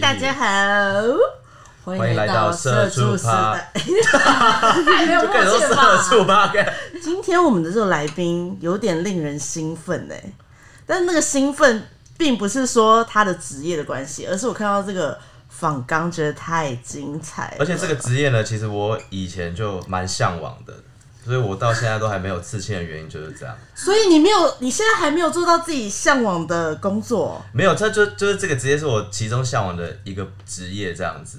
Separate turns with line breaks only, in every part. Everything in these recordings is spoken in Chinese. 大家好，欢
欢迎来到社畜
社时代。
太 没有
更多
默契了
社畜
吧？
吧，干
今天我们的这个来宾有点令人兴奋哎，但那个兴奋并不是说他的职业的关系，而是我看到这个访刚觉得太精彩了，
而且这个职业呢，其实我以前就蛮向往的，所以我到现在都还没有刺青的原因就是这样。
所以你没有，你现在还没有做到自己向往的工作，
没有，这就就是这个职业是我其中向往的一个职业，这样子。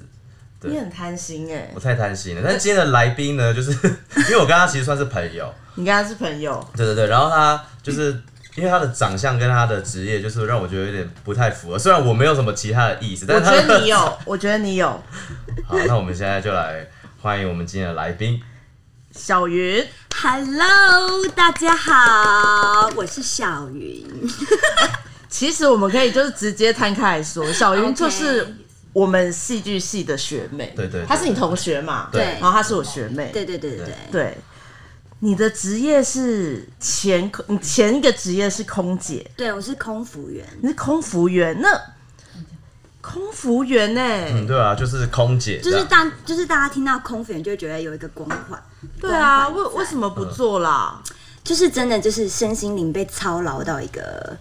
对
你很贪心哎
我，太贪心了。但今天的来宾呢，就是 因为我跟他其实算是朋友，
你跟他是朋友，
对对对。然后他就是因为他的长相跟他的职业，就是让我觉得有点不太符合。虽然我没有什么其他的意思，但
我
是他
觉得你
的
有，我觉得你有，
好，那我们现在就来欢迎我们今天的来宾。
小云，
Hello，大家好，我是小云。
其实我们可以就是直接摊开来 说，小云
OK
就是我们戏剧系的学妹，
对对对
她是你同学嘛，
对
然后她是我学妹，
对对对对对，
对你的职业是前空，你前一个职业是空姐，
对我是空服员。
你是空服员，那空服员欸呢、
嗯，对啊，就是空姐这
就
样，
是大，就是大家听到空服员就会觉得有一个光环，
对啊，
光环
为为什么不做啦？
就是真的就是身心灵被操劳到一个，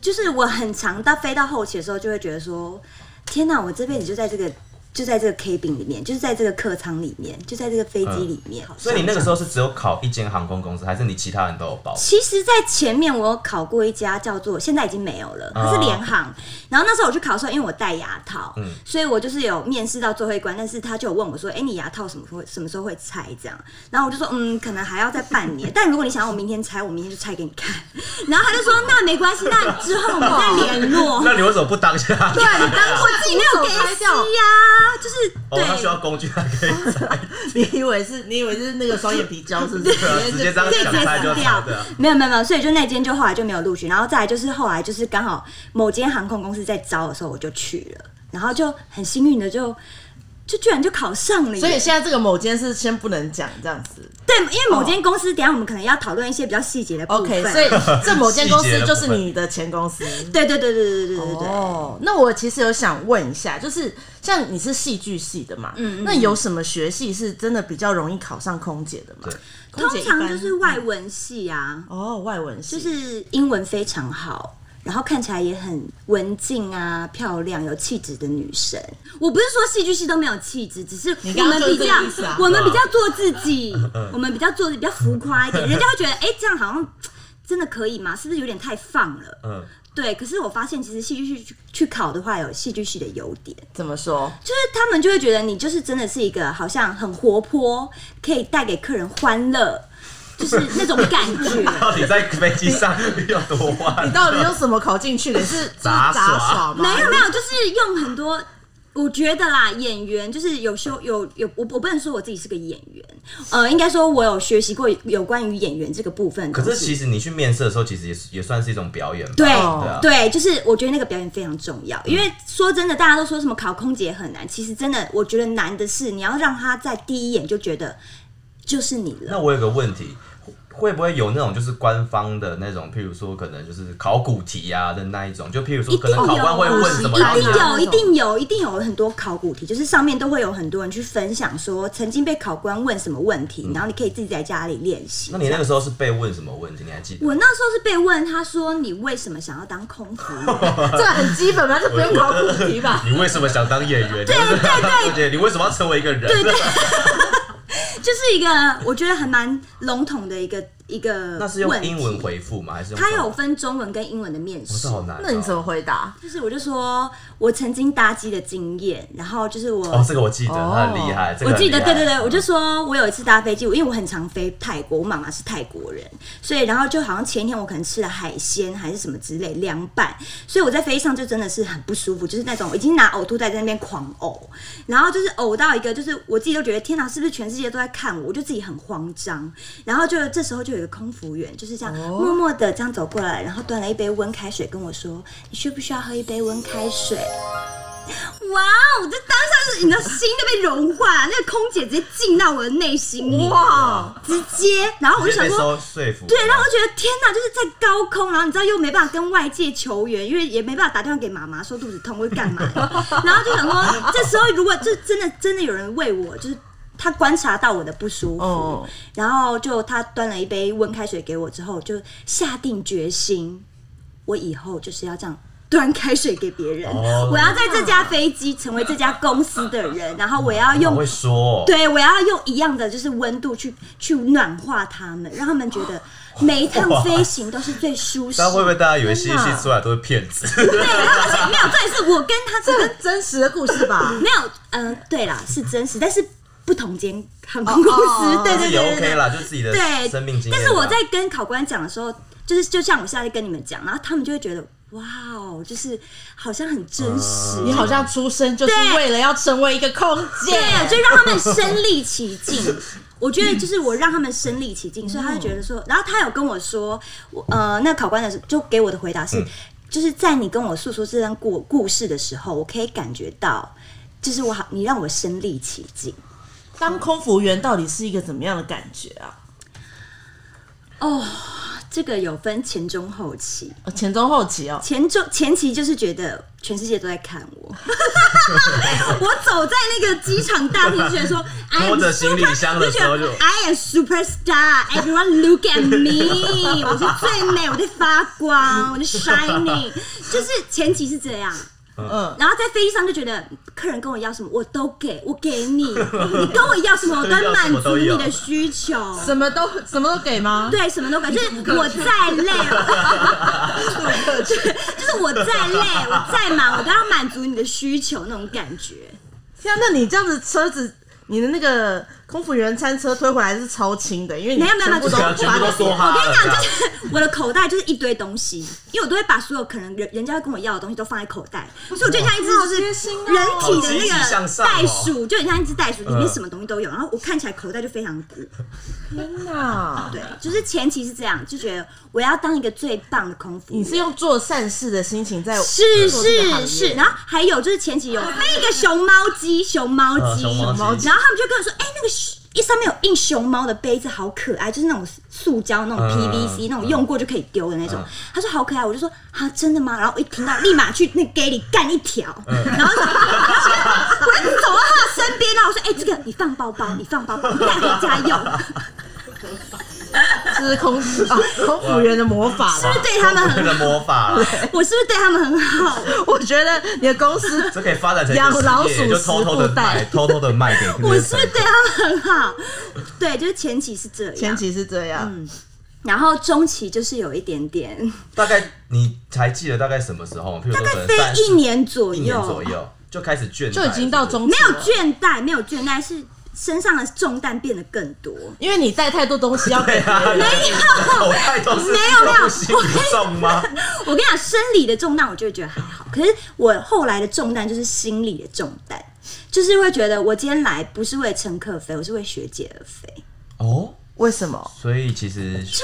就是我很常到飞到后期的时候，就会觉得说，天哪，我这辈子就在这个就在这个 cabin 里面，就是在这个客舱里面，就在这个飞机里面。
嗯所以你那个时候是只有考一间航空公司，还是你其他人都有报？
其实，在前面我有考过一家叫做，现在已经没有了，它是联航。然后那时候我去考的时候，因为我戴牙套，所以我就是有面试到最后一关，但是他就有问我说：“哎、你牙套什么时候会什么时候会拆？”这样，然后我就说：“嗯，可能还要再半年。 但如果你想要我明天拆，我明天就拆给你看。” 然后他就说：“那没关系，那之后我们再联
哦
络。”
那你为什么不当下？
对，你当我自己没有给
拆
吸
掉
呀、就是
哦，他
对，
需要工具，他可以拆，
你以为是你以为是那个双眼皮胶是不是？
嗯 对啊，直接这样
对，
想
直接
拆
死
就
掉
拆，对啊。
没有没有没有，所以就那间就后来就没有录取，然后再来就是后来就是刚好某间航空公司在招的时候我就去了，然后就很幸运的就就居然就考上了耶，
所以现在这个某间是先不能讲这样子
对，因为某间公司，等一下我们可能要讨论一些比较细节的部分
哦，OK，所以这某间公司就是你的前公司。
对对对对对对对对。
哦，那我其实有想问一下，就是像你是戏剧系的嘛，嗯那有什么学系是真的比较容易考上空姐的吗
对？
空姐
通
一
常
般
就是外文系啊，
哦，外文系
就是英文非常好，然后看起来也很文静啊、漂亮、有气质的女生。我不是说戏剧系都没有气质，只是
你
我
刚刚
们比
就是
较
这个意思啊， 嗯
我们比较做自己，我们比较做得比较浮夸 一点，人家会觉得哎、诶这样好像真的可以吗？是不是有点太放了？
嗯，
对，可是我发现其实戏剧系去去考的话，有戏剧系的优点。
怎么说？
就是他们就会觉得你就是真的是一个好像很活泼，可以带给客人欢乐，就是那种感觉。
到底在飞机上有多
你
晚？
到底用什么考进去的？ 是就是
杂耍
耍吗？
没有没有，就是用很多。我觉得啦，演员就是有修有有，我我不能说我自己是个演员，呃，应该说我有学习过有关于演员这个部分的
可
东西。
是其实你去面试的时候，其实也是也算是一种表演吧。
对、
啊
哦
对，就是我觉得那个表演非常重要，因
嗯
为说真的，大家都说什么考空姐很难，其实真的我觉得难的是你要让他在第一眼就觉得就是你了。
那我有个问题，会不会有那种就是官方的那种，譬如说可能就是考古题啊的那一种，就譬如说
一
可
定有
能考官会问什么，
一
然后
一
啊
你
定有，一定有，一定有很多考古题，就是上面都会有很多人去分享说曾经被考官问什么问题，然后你可以自己在家里练习。
嗯那你那个时候是被问什么问题？你还记得？
我那时候是被问，他说你为什么想要当空服员？
这个很基本吧，这不用考古题吧？
你为什么想当演 员？对对对，姐，你为什么要成为一个人？对对，
就是一个我觉得还蛮笼统的一个一个
那是用
问题
英文，回复吗？还是用
他
中文
有分中文跟英文的面
不是
试。
好难、哦。
那你怎么？回答？
就是我就说我曾经搭机的经验，然后就是我
哦，这个我记得，
哦
他很厉害。这个
我
很
记得，
厉
对
害
对对，我就说我有一次搭飞机，我因为我很常飞泰国，我妈妈是泰国人，所以然后就好像前一天我可能吃了海鲜还是什么之类凉拌，所以我在飞机上就真的是很不舒服，就是那种已经拿呕吐袋在那边狂呕，然后就是呕到一个就是我自己都觉得天哪，是不是全世界都在看我？我就自己很慌张，然后就这时候就有一个空服员就是这样
哦
默默的这样走过来，然后端了一杯温开水跟我说：“你需不需要喝一杯温开水？”哇！我这当下就是你的心都被融化，那个空姐直接进到我的内心，哇，直接。然后我就
直接被
想说，
收说服。
对，然后我觉得天哪，就是在高空，然后你知道又没办法跟外界求援，因为也没办法打电话给妈妈说肚子痛或者干嘛的， 然后就想说，这时候如果就真的真的有人为我，就是他观察到我的不舒服，
哦
然后就他端了一杯温开水给我之后，就下定决心，我以后就是要这样。端开水给别人
哦
我要在这架飞机成为这家公司的人，然后我要
我
用
会说、哦，
对，我要用一样的就是温度去去暖化他们，让他们觉得每一趟飞行都是最 舒适。
但会不会大家以为戏
天哪
戏出来都是骗子？
对，然后而且没有，这也是我跟他这
这
个
个真实的故事 吧？
没有，嗯、对啦，是真实，但是不同间航空公司，
哦
对
自
对
己
对对
OK
对。
啦，就自己的
对，
生命经验
但
吧。
是我在跟考官讲的时候，就是就像我现在跟你们讲，然后他们就会觉得哇哦，就是好像很真实，
啊
你好像出生就是
对
为了要成为一个空姐，
对，就让他们身临其 境。我觉得就是我让他们身临其境，所以他就觉得说，然后他有跟我说，我呃，那考官的时候就给我的回答是，就是在你跟我诉说这段故故事的时候，我可以感觉到，就是我好，你让我身临其境。
当空服员到底是一个怎么样的感觉啊？
这个有分前中后期，
呃前中后期哦，
前中前期就是觉得全世界都在看我， 我走在那个机场大厅，就觉 得说，哎，
拖着行李箱的时候就
觉得 I am superstar, everyone look at me，我是 最美，我在发光，我在 shining，就是 前期是这样。
嗯，
然后在飞机上就觉得客人跟我要什么我都给，我给你，你跟我要什么我都满足你的需求，
什么都什么都给吗？
对，什么都给，就是我再累， 就是我再累，我再忙，我都要满足你的需求那种感觉。
天啊，那你这样子车子，你的那个空服员餐车推回来是超轻的，因为你
没有没有没
全
有，
部都
对啊
就是
全部都
把
梭哈
我跟你讲，
了
就是我的口袋就是一堆东西，因为我都会把所有可能人人家跟我要的东西都放在口袋，所以我就很像一只
哇好
就
贴心哦
是人体的
好积极
那
向
个
上哦
袋鼠，就很像一只袋鼠，里面
嗯
什么东西都有，然后我看起来口袋就非常鼓。
天哪！
对，就是前期是这样，就觉得我要当一个最棒的空服
你
员。
是用做善事的心情在
是
做这个行
是
业
是，然后还有就是前期有那个熊猫机，熊猫
呃
机，
熊猫
猫
机
然后他们就跟我说，哎、那个熊一上面有印熊猫的杯子，好可爱，就是那种塑胶那种
嗯
PVC、那种用过就可以丢的那种。
嗯
他说好可爱，我就说啊，真的吗？然后我一听到，立马去那 gay 里干一条，然后我就走到他的身边，然后我说，哎、这个你放包包，你放包包，带回家用，
这是空啊空服 员的魔法
是不
啦
是。对他们
这
很
个
好？
魔法啦，
我是不是对他们很好？
我觉得你的公司
这可以发展成一个
养
事业
老鼠
就偷偷的
食布袋
卖，偷偷的卖给
我
那些
是不是
乘客
对他们很好？对，就是前期是这样，
前期是这样，
然后中期就是有一点点，
大概你还记得大概什么时候吗？譬如说可能
飞
三
一年左
一年
右，
左右就开始倦怠，
就已经到中
没
期
有
了
倦怠，没有倦怠，是身上的重担变得更多。
因为你带太多东西要给
是不是。对啊，
没有，
口袋都是
没有没有
都不行不重吗？
我跟你讲，生理的重担我就会觉得还好，可是我后来的重担就是心理的重担，就是会觉得我今天来不是为乘客飞，我是为学姐而飞，
哦，
为什么？
所以其实
就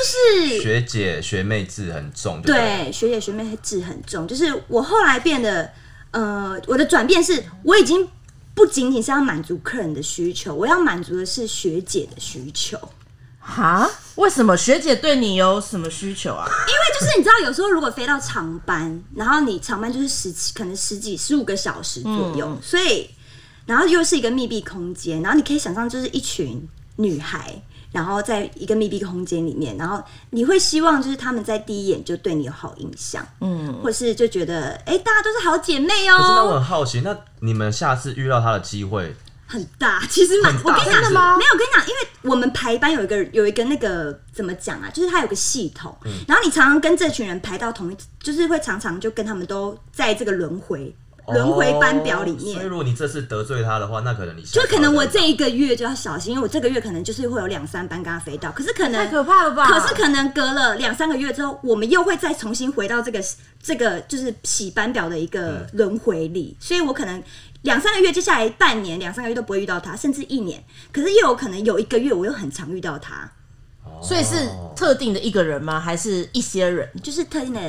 是
学姐学妹制很重，不对，
对，学姐学妹制很重。就是我后来变得，呃，我的转变是，我已经不仅仅是要满足客人的需求，我要满足的是学姐的需求。
哈？为什么学姐对你有什么需求啊？
因为就是你知道，有时候如果飞到长班，然后你长班就是十七，可能十几、十五个小时左
嗯
右，所以然后又是一个密闭空间，然后你可以想象就是一群女孩。然后在一个密闭空间里面，然后你会希望就是她们在第一眼就对你有好印象，嗯，或是就觉得哎、诶大家都是好姐妹哦、
可是那我很好奇，那你们下次遇到他的机会，
很大，其实蛮。
很
我
大
跟你讲，
真的吗
没有，我跟你讲，因为我们排班有一个有一个那个怎么讲啊，就是它有个系统，
嗯
然后你常常跟这群人排到同一，就是会常常就跟他们都在这个轮回轮回班表里
哦
面。
所以如果你这次得罪他的话，那可能你下
就
次
可能我这一个月就要小心，因为我这个月可能就是会有两三班跟他飞到，可是可能
太可怕了吧！
可是可能隔了两三个月之后，我们又会再重新回到这个这个就是洗班表的一个
嗯
轮回里，所以我可能两三个月，接下来半年、两三个月都不会遇到他，甚至一年。可是又有可能有一个月，我又很常遇到他，
哦嗯
所以是特定的一个人吗？还是一些人？
就是特定的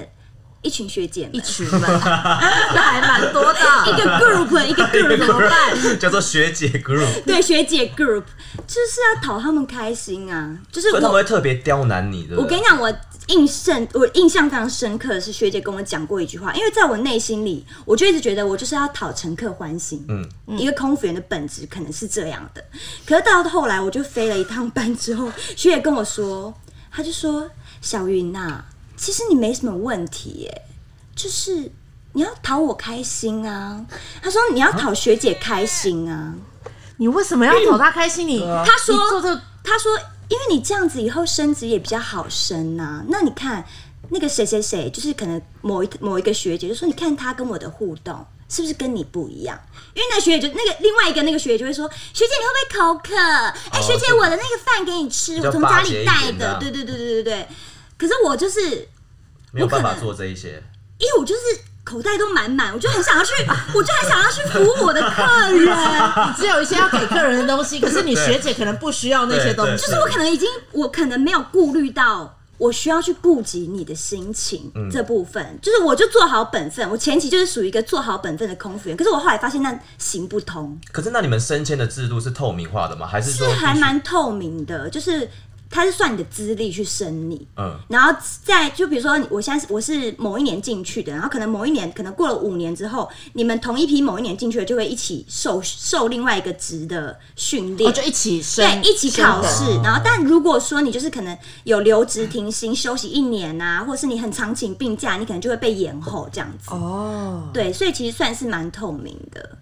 一群学姐们，
一群啊们， 那还蛮多
一
的。
个 group，一个 group 怎么办？
叫做学姐 group，
对，学姐 group 就是要讨他们开心啊，就是
所以他们
我。
会特别刁难你，对不
我
对
跟你？讲，我印象我印象非常深刻的是学姐跟我讲过一句话，因为在我内心里，我就一直觉得我就是要讨乘客欢心。
嗯
一个空服员的本质可能是这样的。可是到后来，我就飞了一趟班之后，学姐跟我说，她就说：“小云呐、啊其实你没什么问题耶、就是你要讨我开心啊。”她说：“你要讨学姐开心啊。
你为什么要讨他开心？你
啊
他
她说：“
做这个
他说，因为你这样子以后升职也比较好升呐、那你看那个谁谁谁，就是可能某一某一个学姐就说，你看他跟我的互动。是不是跟你不一样？因为那学姐就那个另外一个那个学姐就会说：“学姐你会不会口渴？哎、
哦
学姐
就
我的那个饭给你吃，
比较
我从家
巴结
里
一
带
点
的。”
的
对对对对对对。可是我就是
没有办
我
法
可能
做这一些。
因为我就是口袋都满满，我就很想要去， 我就很想要去服务我的客人。
只有一些要给客人的东 西，可是你
对
学姐可能不需要那些东
对对
西。
就是我可能已经，我可能没有顾虑到我需要去顾及你的心情、
嗯
这部分，就是我就做好本分。我前期就是属于一个做好本分的空服员，可是我后来发现那行不通，
可是那你们升迁的制度是透明化的吗？还是
是
说
还
必须
蛮透明的，就是它是算你的资历去升你，
嗯
然后再就比如说，我现在是我是某一年进去的，然后可能某一年，可能过了五年之后，你们同一批某一年进去的就会一起受受另外一个职的训练，
哦就一起升
对，一起考
升
试。然后，但如果说你就是可能有留职停薪、休息一年啊，或是你很常请病假，你可能就会被延后这样子。
哦。
对，所以其实算是蛮透明的，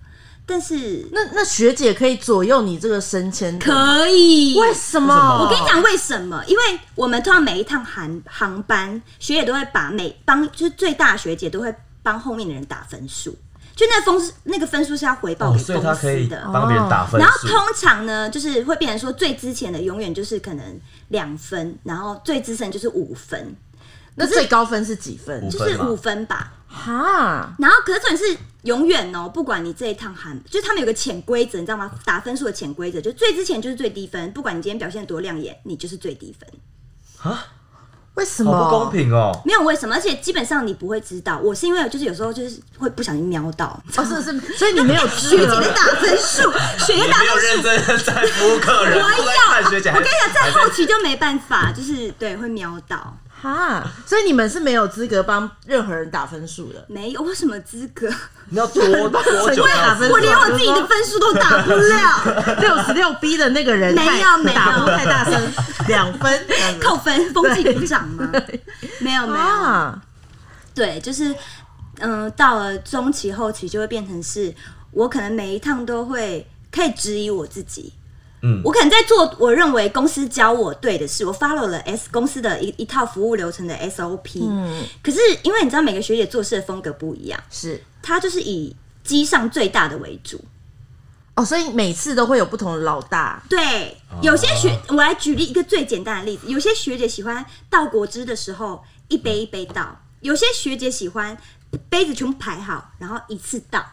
但是
那那学姐可以左右你这个升迁的，
可以。
为什么？
为什么
我跟你讲为什么？因为我们通常每一趟航航班，学姐都会把每帮就是最大的学姐都会帮后面的人打分数，就那分数那个分数是要回报
哦，
给
所以
公
他可以
司的。哦
帮别人打分
然后
数，
通常呢，就是会变成说最之前的永远就是可能两分，然后最资深就是五分，
那最高分是几分
五？
就是
分嘛
五分吧。
哈，
然后可是重点是永远哦，不管你这一趟韩，就是他们有个潜规则，你知道吗？打分数的潜规则，就最之前就是最低分，不管你今天表现多亮眼，你就是最低分。
为什么？
好不公平哦。
没有为什么，而且基本上你不会知道。我是因为就是有时候就是会不小心瞄 到，
哦，是是，所以你没有资
学姐
格
在打分数，学姐
你
打
没
分
有
数。
认真在服务客
我
人，不在看
要，
学姐，
我
还
跟你讲，在
还
后期就没办法，就是对会瞄到。
哈，所以你们是没有资格帮任何人打分数的。
没有，我什么资格？
你要多 多久啊
我也打分
要
数
我连我自己的分数都打 不了，
六十六 B 的那个人
没有
太
没有
打呼太大声， 两分这样子
扣分，风纪鼓掌吗？没有没有，
啊，
对，就是嗯、呃到了中期后期就会变成是我可能每一趟都会可以质疑我自己。
嗯
我可能在做我认为公司教我对的事，我 follow 了 S 公司的一一套服务流程的 SOP。
嗯
可是因为你知道每个学姐做事的风格不一样，
是
她就是以机上最大的为主。
哦，所以每次都会有不同的老大
对，有些学，我来举例一个最简单的例子，有些学姐喜欢倒果汁的时候一杯一杯倒，有些学姐喜欢杯子全部排好，然后一次倒。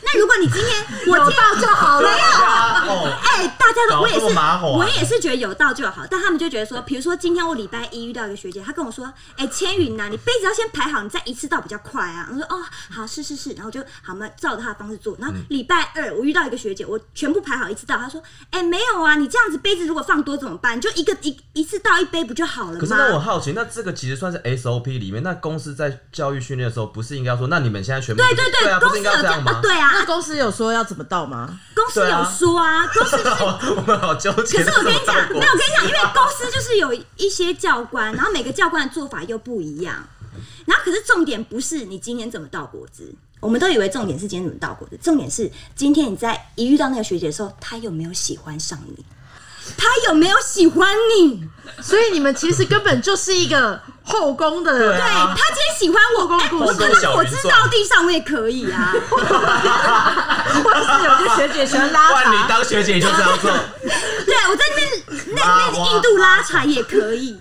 那如果你今天我有倒就好了，没有。
哦，
哎、大家都，
搞
我也
这么
是，
麻烦
我也是觉得有到就好，但他们就觉得说，比如说今天我礼拜一遇到一个学姐，她跟我说，哎、千云呐、你杯子要先排好，你再一次倒比较快啊。我说哦，好，是是是，然后就好，我们照着她的方式做。然后
嗯
礼拜二我遇到一个学姐，我全部排好一次倒，她说，哎、没有啊，你这样子杯子如果放多怎么办？你就一个一一次倒一杯不就好了
可是那我
吗？
好奇，那这个其实算是 SOP 里面，那公司在教育训练的时候，不是应该说，那你们现在全部
对对
对啊，
对，
不是
公司
应该
有
要
这
这样
样啊
吗？，？
对
那
啊，
公司有说要怎么到吗？
公司
对啊
有说啊，公司
我们好纠结。
可是我跟你讲，
这种
没有，我跟你讲，因为公司就是有一些教官，然后每个教官的做法又不一样。然后可是重点不是你今天怎么倒果汁，我们都以为重点是今天怎么倒果汁，重点是今天你在一遇到那个学姐的时候，她有没有喜欢上你？她有没有喜欢你？
所以你们其实根本就是一个后宫的，
对
对她今天喜欢我，哎、我
啊公
真
司
的
小
果
云
汁
算
倒地上我也可以啊。
或者是有些学姐喜欢拉
换你
茶，
当学姐你就这样 做，
对我在那边那
哇
那边印度拉茶也可以，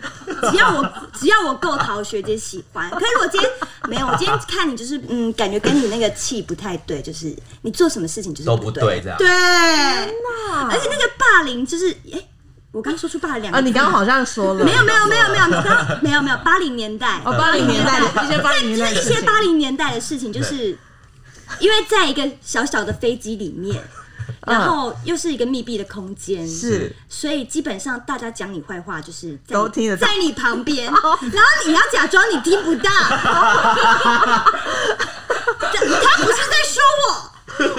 只要我只要我够讨学姐喜欢。可是我今天没有，我今天看你就是嗯，感觉跟你那个气不太对，就是你做什么事情就是
都不
对
对，这样
对，而且那个霸凌就是哎。我刚说出爸的两个
啊，
字
你刚刚好像说了，
没有没有没有没有没有刚没有没有八零年代
哦，八零年代的一些八零年代哦
这
的
一
事
些
情
八零年代的事情，就是因为在一个小小的飞机里面，
嗯
然后又是一个密闭的空间，
是
所以基本上大家讲你坏话就是在你
都听得到
在你旁边，然后你要假装你听不到，他不是在说我。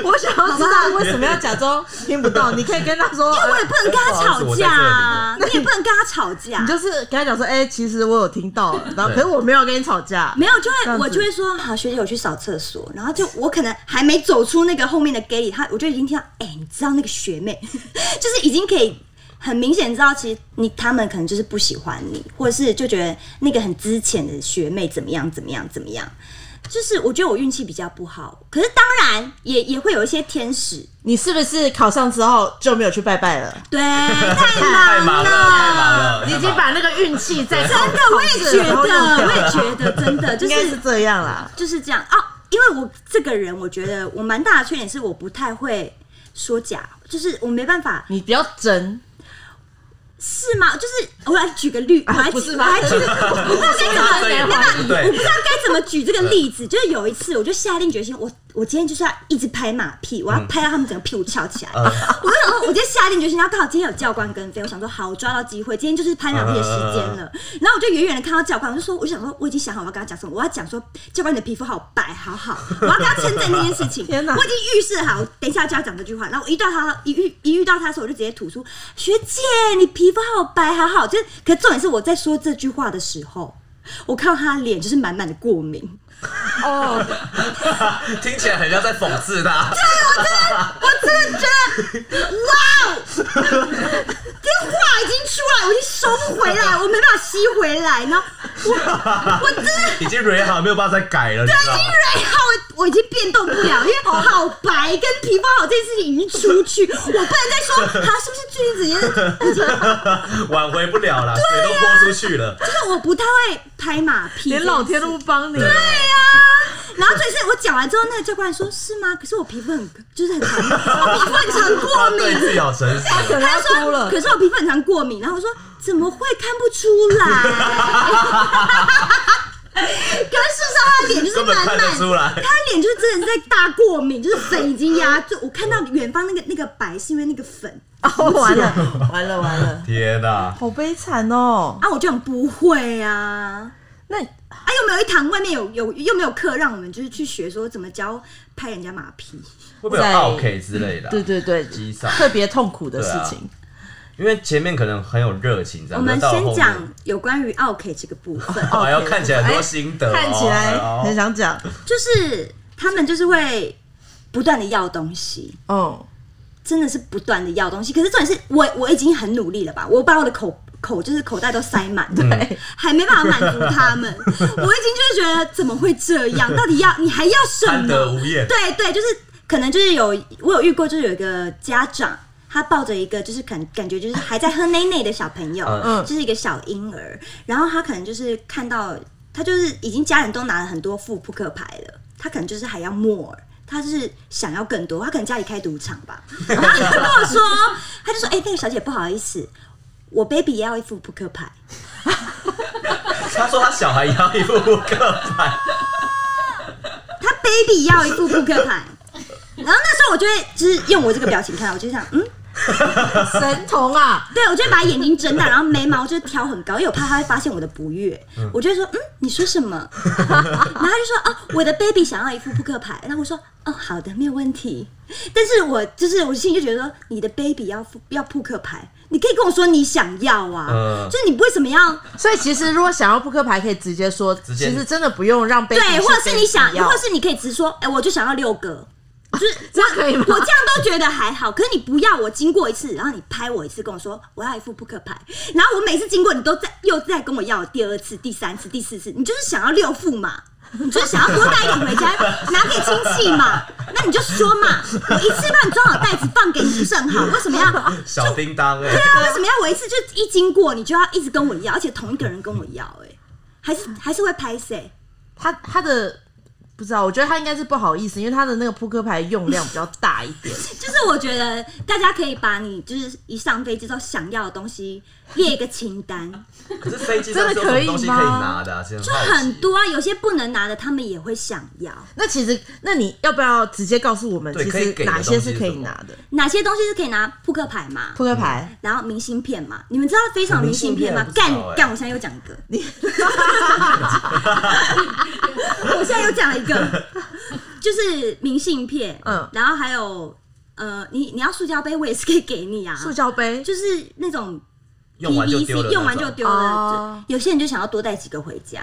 我想要知道为什么要假装听不到？你可以跟他说，哎
因为我也不能跟他吵架啊，
不
你也不能跟他吵架
你。就是跟他讲说，哎、其实我有听到，然后
对
可是我没有跟你吵架，
没有，就
这
会
样子
我就会说，好，学姐，我去扫厕所，然后就我可能还没走出那个后面的 gate，里他我就已经听到，哎、你知道那个学妹， 就是已经可以很明显知道，其实你他们可能就是不喜欢你，或者是就觉得那个很之前的学妹怎么样怎么样怎么样，就是我觉得我运气比较不好，可是当然也也会有一些天使，
你是不是考上之后就没有去拜拜了？
对，太
太
忙
忙了，
啊
太忙了，
你已经把那个运气在
真的，我也觉得，我也觉得，真的就
应该
是
是这样啦。
就是这样啊。因为我这个人，我觉得我蛮大的缺点是我不太会说假，就是我没办法，
你比较真，
是吗？就是我来举个例，我
啊
来
不
举
是，
我
吗
来举，我不知道该怎么，没
对
有办法，
对
我不知道该怎么举这个例子。就是有一次，我就下定决心，我我今天就是要一直拍马屁，
嗯
我要拍到他们整个屁股翘起来。
啊
我就想说，我今天下定决心，然后刚好今天有教官跟飞，我想说好，我抓到机会，今天就是拍马屁的时间了。然后我就远远的看到教官，我就说，我就想说，我已经想好我要跟他讲什么，我要讲说教官你的皮肤好白，好好，我要跟他称赞那件事情。
天哪
我已经预示好，等一下就要讲这句话。然后我一到他，一遇一遇到他的时候，我就直接吐出“学姐，你皮肤好白，好好”。就是，可重点是我在说这句话的时候，我看到他的脸就是满满的过敏。
哦，
听起来很像在讽刺他。
我真的觉得，哇哦，这话已经出来，我已经收不回来，我没办法吸回来。然后我我真的
已经 re 好，没有办法再改了，你知道 吗？
对，好，我已经变动不了，因为好白跟皮肤好这件事情已经出去，我不能再说他是不是最近几年，
挽回不了了，
啊
水都泼出去了。
就是我不太会拍马屁，
连老天都不帮你，
然后最是我讲完之后，那个教官说：“是吗？可是我皮肤很就是很常，我皮肤很常过
他对
敏。
自己好诚实，
他可能要
他
哭
说
了
可。是我皮肤很常过敏。”然后我说：“怎么会看不出来？” 可是事实上，他脸就是
根本
满
看
满
得出来。
他脸就是真的在大过敏，就是粉已经压住。我看到远方那个那个白是因为那个粉
哦，
啊
完 了，完了，完了，
天哪、
好悲惨哦。
啊，我就很不会啊。
那
啊，又没有一堂外面有有又没有课让我们就是去学说怎么教拍人家马屁。
会不会有 OK 之类的啊、
对对对，
机上
特别痛苦的事情，
因为前面可能很有热情，这样
我们
到后
先
面
讲有关于 OK 这个部分，
哦，还要
OK，
看起来很多心得哦、
哎
看起来
哦
很想讲，
就是他们就是会不断的要东西，
哦，
真的是不断的要东西。可是重点是我我已经很努力了吧，我把我的口口就是口袋都塞满，
嗯
对，
还没办法满足 他们。我已经就是觉得怎么会这样？到底要你还要什
贪得
么？
无厌。
对对，就是可能就是有我有遇过，就是有一个家长。他抱着一个就是感感觉就是还在喝奶奶的小朋友，
嗯
就是一个小婴儿，然后他可能就是看到他就是已经家人都拿了很多副扑克牌了，他可能就是还要 more，他是想要更多，他可能家里开赌场吧，然后他就跟我说，他就说，哎、那个小姐不好意思，我 baby 也要一副扑克牌，
他说他小孩也要一副扑克 牌，
他哎 baby 要一副扑克牌，然后那时候我就会就是用我这个表情看，我就想，嗯，
神童啊，
对，我就会把眼睛睁大，然后眉毛就挑很高，因为我怕他会发现我的不悦。我就会说，嗯，你说什么？ 然后他就说，哦，我的 baby 想要一副扑克牌。然后我说，哦，好的，没有问题。但是我就是我心里就觉得说，你的 baby 要扑要扑克牌，你可以跟我说你想要啊，
嗯
就是你为什么要
所以其实如果想要扑克牌，可以直接说，
接
其实真的不用让 baby
对，或者是你想，
要
或者是你可以直说，哎、我就想要六个，就是
这样可以吗
我这样都觉得还好，可是你不要我经过一次，然后你拍我一次，跟我说我要一副扑克牌，然后我每次经过你都在又在跟我要第二次、第三次、第四次，你就是想要六副嘛。你就是想要多带一点回家，拿给亲戚嘛？那你就说嘛，我一次帮你装好袋子放给你不是很好？为什么要？
小叮当哎、
对啊，为什么要我一次就一经过你就要一直跟我欸要，而且同一个人跟我要、哎，还是还是会拍谁？
他他的不知道，我觉得他应该是不好意思，因为他的那个扑克牌用量比较大一 点。
就是我觉得大家可以把你就是一上飞机之后想要的东西列一个清
啊
单，
可是飞机上是有什么东西可以拿的、啊？现在
很多啊，有些不能拿的他们也会想要。
那其实，那你要不要直接告诉我们，
对
其
可以
实
给的
哪些是可以
东西是什么
拿的？
哪些东西是可以拿扑克牌嘛？
扑克牌，
然后明信片嘛，你们知道非常明信片吗
明？信
干
片我不知道欸
干，我现在又讲一个， 我现在又讲了一个， 就是明信片，嗯
嗯，
然后还有呃，你你要塑胶杯，我也是可以给你啊，
塑胶杯，
就是那种
用完就
PVC
丢了那种，
用完就丢了
哦，
有些人就想要多带几个回家，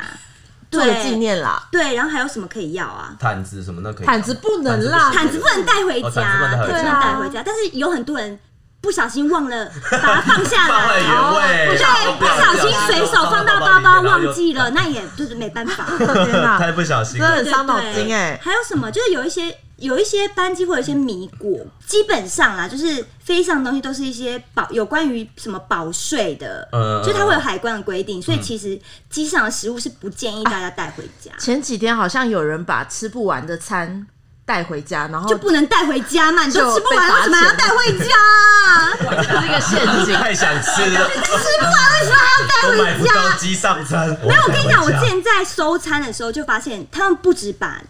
做个纪。念啦。
对，然后还有什么可以要啊？
毯子什么那可以拿吗，
毯子不能啦
毯子不能带回
啊哦
家，
毯子不能带
家
回
不能带回家，但是有很多人不小心忘了把它放 下
放回
来。
原位，
对，不小心随手放到包包忘记了，
那
那也就是没办法，
天哪，
太不小心
真的
了
很。 伤脑
对
筋哎。
还有什么？就是有一些有一些班机或有一些米果，基本上啦，就是飞上的东西都是一些保有关于什么保税的，
嗯
就是它会有海关的规定，所以其实机上的食物是不建议大家带回家，
前几天好像有人把吃不完的餐带回家，然后
就不能带回家嘛，你都
哦就
吃不完，
被罚
为什么还要带 回家啊？
是一个陷阱。
太想吃 了，
吃不完为什么还要带
都
回
买不到机上餐。没
没有，我跟你讲，我之前在收餐的时候就发现，他们不止把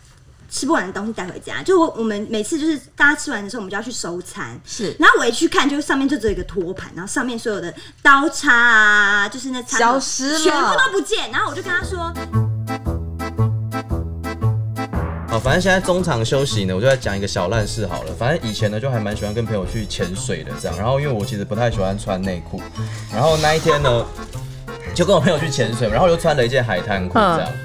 吃不完的东西带回家，就我我们每次就是大家吃完的时候，我们就要去收餐。
是
然后我一去看，就上面就只有一个托盘，然后上面所有的刀叉啊，就是那餐
消失了
全部都不见。然后我就跟他说，
好，哦反正现在中场休息呢，我就来讲一个小烂事好了。反正以前呢，就还蛮喜欢跟朋友去潜水的这样。然后因为我其实不太喜欢穿内裤，然后那一天呢，就跟我朋友去潜水，然后我就穿了一件海滩裤这样子。
嗯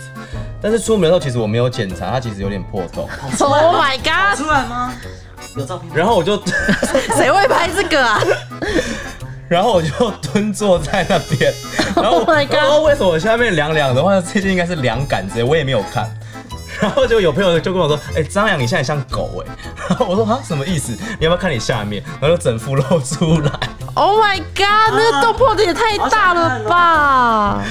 但是出门的时候，其实我没有检查，它其实有点破洞。
Oh my god！
出来吗？有照片吗？
然后我就，
谁会拍这个啊？
然后我就蹲坐在那边，然后
Oh my
我
god
然后为什么我下面凉凉的？我想这件应该是凉感之类，我也没有看。然后就有朋友就跟我说：“哎、张扬，你现在像狗哎、 然后我说：“啊，什么意思？你要不要看你下面？”然后就整副露出来。
Oh my god！那个洞破的也太大了吧！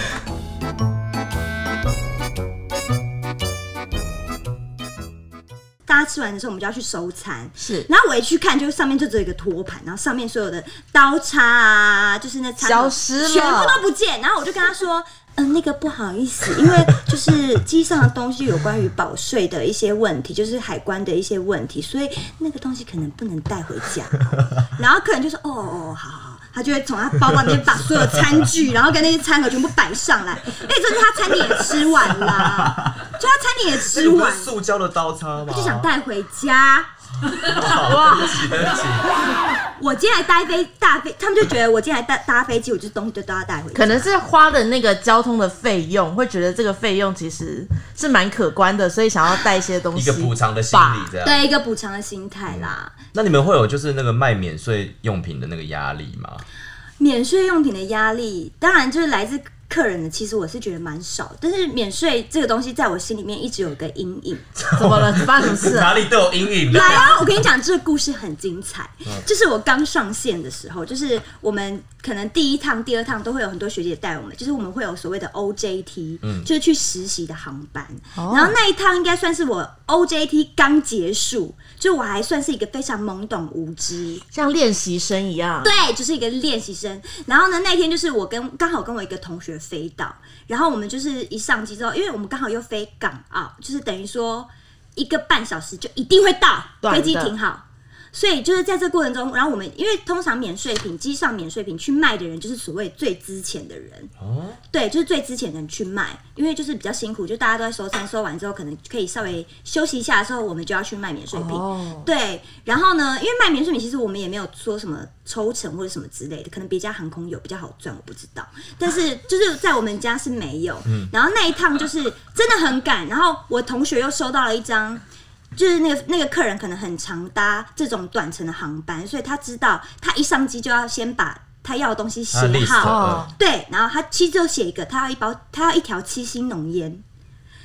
大家吃完的时候，我们就要去收餐。
是
然后我一去看，就上面就只有一个托盘，然后上面所有的刀叉啊，就是那餐
消失了
全部都不见。然后我就跟他说。嗯，那个不好意思，因为就是机上的东西有关于保税的一些问题，就是海关的一些问题，所以那个东西可能不能带回家。然后客人就说：“哦哦，好好好。”他就会从他包包里面把所有餐具，然后跟那些餐盒全部摆上来。哎、这是他餐点也吃完啦，就他餐点也 吃
这个不
完
是，塑胶的刀叉吗？
就想带回家。
哇，对不起，对不起，
我今天来搭飞大飞，他们就觉得我今天来搭搭飞机，我就东西就都要带回去。
可能是花的那个交通的费用，会觉得这个费用其实是蛮可观的，所以想要带一些东
一
西
个
吧。
补偿的心理这样。
对一个补偿的心态啦，
那你们会有就是那个卖免税用品的那个压力吗？
免税用品的压力，当然就是来自客人的。其实我是觉得蛮少，但是免税这个东西在我心里面一直有个阴影。
怎么了？发生什么事 啊？
哪里都有阴影的
来。啊！嗯我跟你讲，这个故事很精彩。就是我刚上线的时候，就是我们可能第一趟、第二趟都会有很多学姐带我们，就是我们会有所谓的 OJT，、就是去实习的航班。然后那一趟应该算是我 OJT 刚结束，就我还算是一个非常懵懂无知，
像练习生一样。
对，就是一个练习生。然后呢，那天就是我跟刚好跟我一个同学飞到，然后我们就是一上机之后，因为我们刚好又飞港澳，就是等于说一个半小时就一定会到，
短
飞
的
机停好。所以就是在这过程中，然后我们因为通常免税品机上免税品去卖的人，就是所谓最值钱的人。
哦，
对，就是最之前的人去卖，因为就是比较辛苦，就大家都在收餐，收完之后可能可以稍微休息一下的时候，我们就要去卖免税品。
哦
对，然后呢，因为卖免税品，其实我们也没有说什么抽成或者什么之类的，可能别家航空有比较好赚，我不知道。但是就是在我们家是没有。然后那一趟就是真的很赶，然后我同学又收到了一张就是那个那个客人可能很常搭这种短程的航班，所以他知道他一上机就要先把他要的东西
他的
写
list，
好，
哦
嗯
对，然后他其实就写一个，他要一包，他要一条七星浓烟。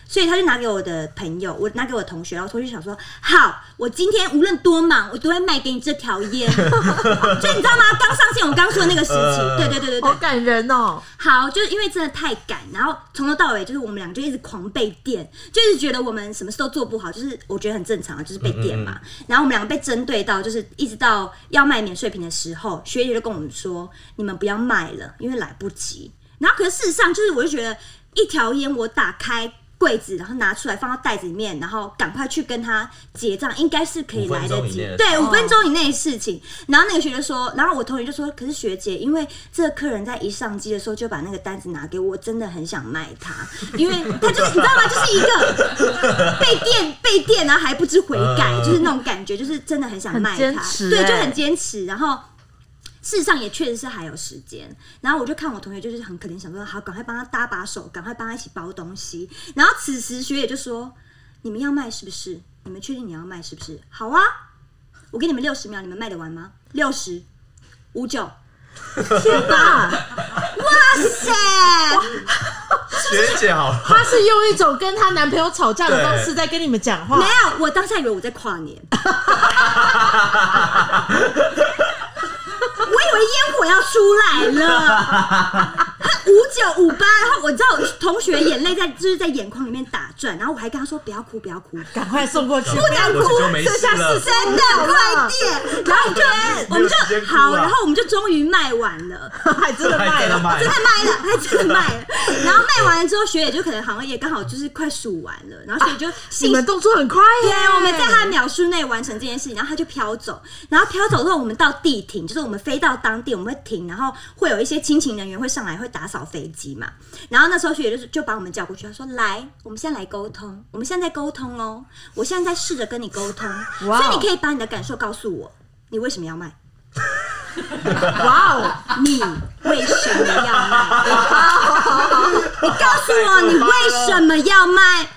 所以他就拿给我的朋友，我拿给我的同学，然后我同学想说，好，我今天无论多忙，我都会卖给你这条烟。 所以你知道吗？刚上线我刚说的那个时期，对对对对对
好，感人哦！
好，就是因为真的太赶，然后从头到尾就是我们俩就一直狂被电，就是觉得我们什么事都做不好，就是我觉得很正常啊，就是被电嘛。然后我们两个被针对到，就是一直到要卖免税品的时候，学姐就跟我们说：“你们不要卖了，因为来不及。”然后可是事实上，就是我就觉得一条烟我打开。柜子，然后拿出来放到袋子里面，然后赶快去跟他结账，应该是可以
五分
来得
钟以
及
内的。
对，五分钟以内的事情。然后那个学姐说，然后我同学就说，可是学姐，因为这个客人在一上机的时候就把那个单子拿给我，我真的很想卖他，因 为他就是你知道吗？就是一个被电被电然后还不知悔改，
嗯
就是那种感觉，就是真的很想卖
很坚
他，
持
对，就
欸
很坚持。然后。事实上也确实是还有时间，然后我就看我同学就是很可怜，想说好赶快帮他搭把手，赶快帮他一起包东西。然后此时学姐就说：“你们要卖是不是？你们确定你要卖是不是？好啊，我给你们六十秒，你们卖得完吗？六十五 九，
天哪，
塞！
呃学姐好了，
她是用一种跟她男朋友吵架的方式在跟你们讲话
没，有，我当下以为我在跨 年，我以为烟火要出来了，五九五八，然后我知道我同学眼泪在就是在眼眶里面打转，然后我还跟他说不要哭，不要哭，
赶快送过去，
敢哭
我就没
剩
事
下
了
四。
真的快点，然后就我
没
们
有时
就
间哭啊
好，然后我们就终于卖完了。
还真的卖
还真的
了，
卖
真的卖了，还真的卖了。然后卖完了之后，学姐就可能好像也刚好就是快数完了，然后学姐就
你
信
们动作很快耶！
对，我们在他秒数内完成这件事情，然后他就飘走，然后飘走之后，我们到地停，就是我们飞到当地，我们会停，然后会有一些亲情人员会上来，会打扫飞机嘛。然后那时候学姐就是就把我们叫过去，她说：“来，我们现在来沟通，我们现在在沟通哦，我现在在试着跟你沟通，所
哇哦
以你可以把你的感受告诉我，你为什么要卖？
哇哦，
你为什么要卖？你告诉我你为什么要 卖？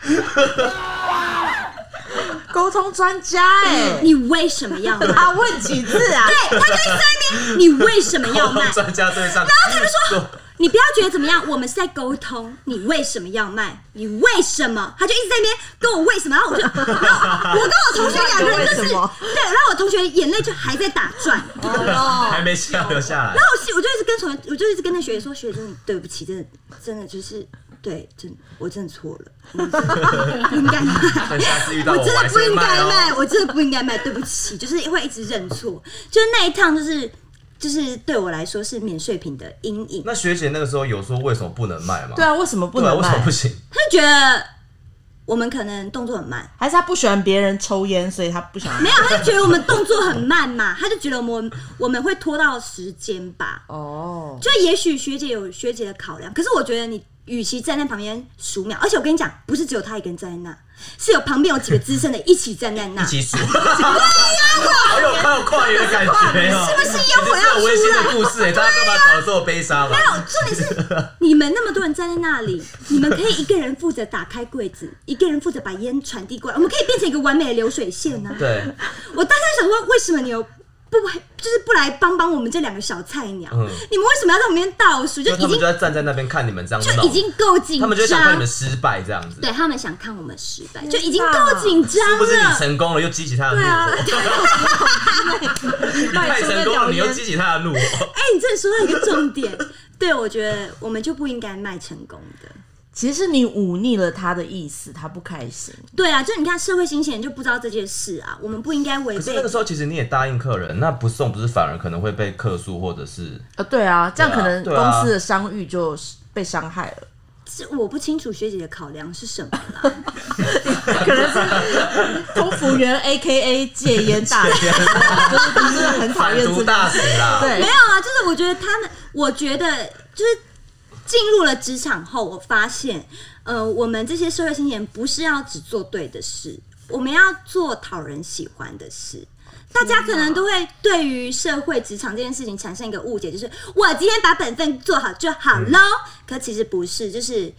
沟通专家哎，
嗯你为什么要卖？
他问几次啊？
对，他就一直在那边，你为什么要
沟
卖
通？专家对上，然
后他就说 你不要觉得怎么样，我们是在沟通。你为什么要卖？你为什么？他就一直在那边跟我为什么，然后我 就，然后我跟我同学两个人就是
为什么
对，然后我同学眼泪就还在打转，然后
还没下留下来。
我是我就一直跟同学，我就一直跟那学姐说，学姐真的对不起，真的真的就是对，真的我真的错了，不应该卖。
但下次遇到
我真
我还
的不
是
应该
哦
卖，我真的不应该卖，对不起，就是会一直认错，就是那一趟就是就是对我来说是免税品的阴影。
那学姐那个时候有说为什么不能卖吗？
对啊，为什么不
对啊，
能
为什么
卖
不？行？
他就觉得我们可能动作很慢，
还是他不喜欢别人抽烟，所以他不想
没有，他就觉得我们动作很慢嘛，他就觉得我们我们会拖到时间吧。
哦，
就也许学姐有学姐的考量，可是我觉得你与其站在旁边数秒，而且我跟你讲，不是只有他一个人站在那，是有旁边有几个资深的一起站在那哎
一。起 数。好有好有跨年的感觉哦！
是不是烟火
这是
要
很温馨的故事哎，大家干嘛搞得这么悲伤啊？
重点是，你们那么多人站在那里，你们可以一个人负责打开柜子，一个人负责把烟传递过来，我们可以变成一个完美的流水线啊呢、
对，
我当时想说，为什么你有不就是不来帮帮我们这两个小菜鸟？
嗯
你们为什么要在旁边倒数？就
就他
已
们
经
就在站在那边看你们这样
就
闹
已，经够紧
他
张，
们就想看你们失败这样子，
对啊他们想看我们失败，就已经够紧张
不是你
了。
成功了又激起他的怒
啊
火， 你太成功了你又激起他的怒火，
哎、你这里说到一个重点，对我觉得我们就不应该卖成功的。
其实你忤逆了他的意思，他不开心。
对啊，就你看社会新鲜人就不知道这件事啊，我们不应该违
可是那
背
个。时候其实你也答应客人，那不送不是反而可能会被客诉或者是
呃，对啊，这样可能
对啊
公司的商誉就被伤害了，
是我不清楚学姐的考量是什么啦。
可能是空服员 A K A 戒烟大使，就是他真的很讨
反
厌
毒
自己。
大使啦。
对
没有啊，就是我觉得他们，我觉得就是进入了职场后，我发现，呃，我们这些社会青年不是要只做对的事，我们要做讨人喜欢的事。大家可能都会对于社会职场这件事情产生一个误解，就是我今天把本分做好就好喽。可其实不是，就是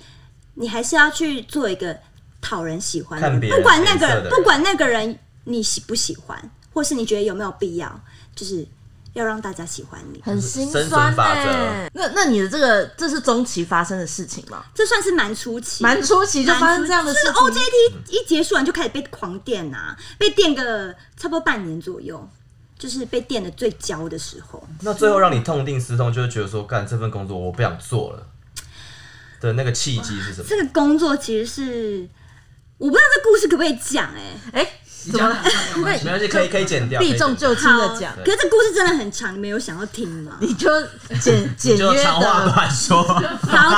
你还是要去做一个讨人喜欢的
看
人，
别人
不管那
脸色
个
的人
不管那个人你喜不喜欢，或是你觉得有没有必要，就是要让大家喜欢你，
很心
生
酸欸呢、
存法
那那你的这个这是中期发生的事情吗？
这算是蛮出奇的，
蛮初期就发生这样的事
是
情，
OJT 一结束完就开始被狂电啊，被电个差不多半年左右，就是被电的最焦的时候。
那最后让你痛定思痛，就会觉得说，干这份工作我不想做了的那个契机是什么？
这个工作其实是我不知道这故事可不可以讲哎、
哎、怎么了？
没关系，可以可以剪掉，
避重
可以剪掉
就轻的讲，
可是这故事真的很长，你们有想要听吗？
你就简简
就
约
长话
的，
短 说，
好，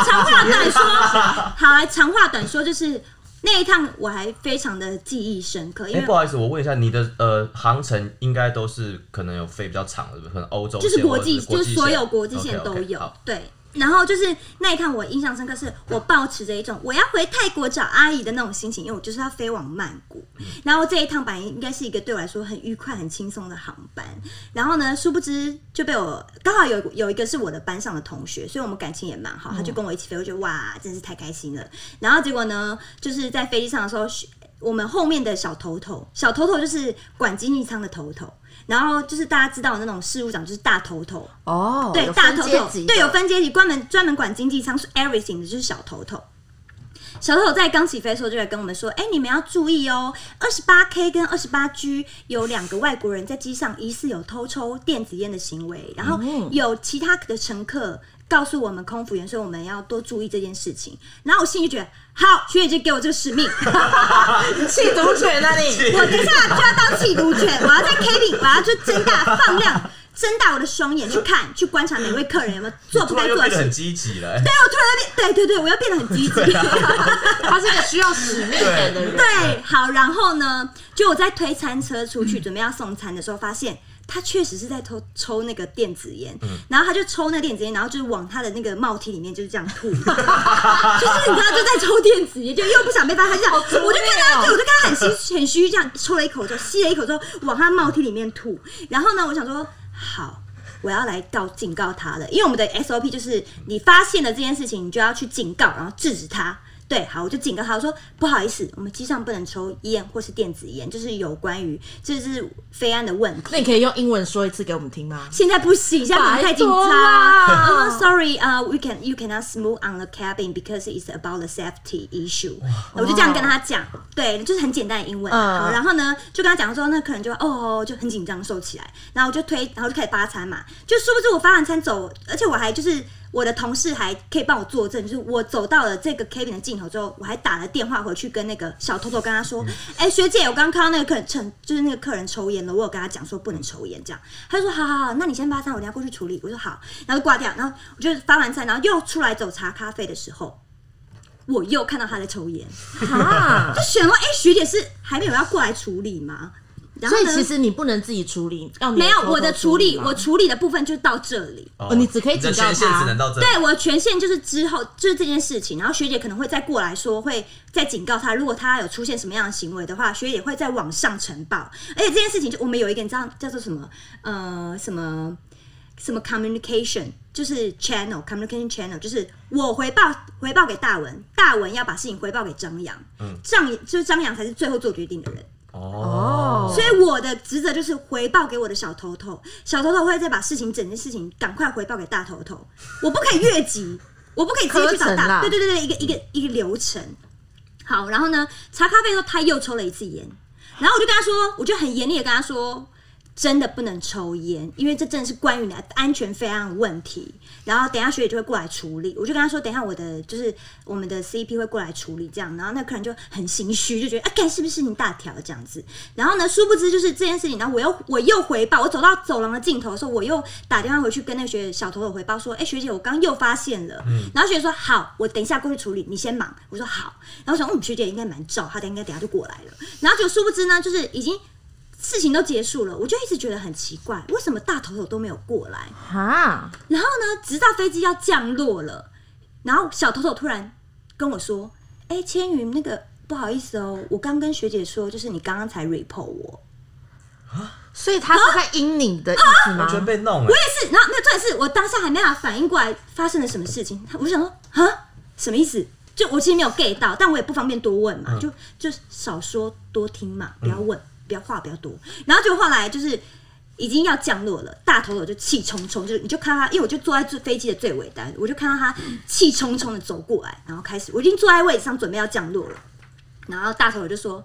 长话短说，好来长话短说，就是那一趟我还非常的记忆深刻，因
哎、
为
不好意思，我问一下，你的呃航程应该都是可能有飞比较长的，可能欧洲
就是
线
国
或者
际，
国
就是
际
所
线
有国际线都
OK，OK，
有。
好
对，然后就是那一趟我印象深刻，是我抱持着一种我要回泰国找阿姨的那种心情，因为我就是要飞往曼谷。
嗯
然后这一趟本来应该是一个对我来说很愉快、很轻松的航班，然后呢，殊不知就被我刚好有有一个是我的班上的同学，所以我们感情也蛮好，他
嗯
就跟我一起飞，我觉得哇，真是太开心了。然后结果呢，就是在飞机上的时候，我们后面的小头头，小头头就是管经济舱的头头。然后就是大家知道的那种事务长就是大头头，
哦，
对
有
大
分
头
阶
头，
级的
对有分阶级，专门专门管经济舱是 everything 的，就是小头头。小头头在刚起飞的时候就来跟我们说：“哎、你们要注意哦，二十八 K 跟二十八 G 有两个外国人在机上疑似有偷抽电子烟的行为，然后
嗯
有其他的乘客告诉我们空服员说我们要多注意这件事情。”然后我心里就觉得，好，学姐就给我这个使命，
气毒犬那里，
我接下来就要当弃毒犬，我要在 K 里，我要去睁大放亮，睁大我的双眼去 看，去观察每位客人有没有做不
突
该
然又
做
变
的
得很
事。
积极了、哎
对，我突然要变，对对对，我啊要变得很积极。
他是一个需要使命感的人。
对，好，然后呢，就我在推餐车出去准备要送餐的时候，发现他确实是在抽抽那个电子烟，然后他就抽那个电子烟，然后就是往他的那个帽 T 里面就是这样吐， 就是你知道就在抽电子烟，就又不想被发现，他就这样，我就看他，对，我就看他很虚很虚，这样抽了一口之后，吸了一口之后，往他帽 T 里面吐，然后呢，我想说好。我要来告警告他了，因为我们的 SOP 就是你发现了这件事情，你就要去警告，然后制止他。对，好，我就警告他，我说不好意思，我们机上不能抽烟或是电子烟，就是有关于就是飞安的问题。
那你可以用英文说一次给我们听吗？
现在不行，现在可能太
拜
紧张。
托啦
Oh, sorry, uh, we can you cannot smoke on the cabin because it's about the safety issue. 我就这样跟他讲，对，就是很简单的英文。
嗯
好，然后呢，就跟他讲说，那客人就哦，就很紧张收起来，然后我就推，然后就开始发餐嘛，就殊不知我发完餐走，而且我还就是。我的同事还可以帮我作证，就是我走到了这个 cabin 的尽头之后，我还打了电话回去跟那个小头头跟他
嗯
说：“哎、学姐，我刚刚看到那个客人趁就是那个客人抽烟了，我有跟他讲说不能抽烟这样。”他就说：“好好好，那你先发餐，我等一下过去处理。”我说：“好。”然后就挂掉，然后我就发完餐，然后又出来走茶咖啡的时候，我又看到他在抽烟，
啊，
就选问：“哎、学姐是还没有要过来处理吗？”然
所
后
以
呢
其实你不能自己处理，要你
没有
偷偷
我的处理，
吗
我处理的部分就到这里。
哦
哦你只可以
的
警告
权限
他
只能到这里。
对我的权限就是之后就是这件事情，然后学姐可能会再过来说，会再警告他，如果他有出现什么样的行为的话，学姐会再往上呈报。而且这件事情就我们有一个你知道叫做什么呃什么什么 communication，就是 channel communication channel，就是我回报回报给大文，大文要把事情回报给张扬，
嗯
张就是张扬才是最后做决定的人。
哦，
所以我的职责就是回报给我的小头头，小头头会再把事情整件事情赶快回报给大头头，我不可以越级，我不可以直接去找
课程啦
大，对对对对，一个一个一个流程。好，然后呢，查咖啡的时候他又抽了一次烟，然后我就跟他说，我就很严厉的跟他说，真的不能抽烟，因为这真的是关于你的安全飞安问题。然后等一下学姐就会过来处理，我就跟他说，等一下我的就是我们的 CP 会过来处理这样。然后那客人就很心虚，就觉得啊，干是不是你大条这样子？然后呢，殊不知就是这件事情，然后我又我又回报，我走到走廊的尽头的时候，我又打电话回去跟那个学姐小头头回报说，哎、学姐，我刚又发现了。然后学姐说好，我等一下过去处理，你先忙。我说好，然后想，嗯，学姐应该蛮照，她等应该等一下就过来了。然后就殊不知呢，就是已经。事情都结束了，我就一直觉得很奇怪，为什么大头头都没有过来？
啊，
然后呢，直到飞机要降落了，然后小头头突然跟我说：“哎、千云，那个不好意思哦，我刚跟学姐说，就是你刚刚才 report 我。
所以他是在阴你的意思吗
完？全被弄了
我。也是，然后没有重点是我当下还没有反应过来发生了什么事情，我想说啊，什么意思？就我其实没有 get 到，但我也不方便多问嘛，就就少说多听嘛，不要问，不要话不要多。然后就后来就是已经要降落了，大头头就气冲冲，就是你就看他，因为我就坐在最飞机的最尾端，我就看到他气冲冲的走过来，然后开始，我已经坐在位置上准备要降落了，然后大头头就说：“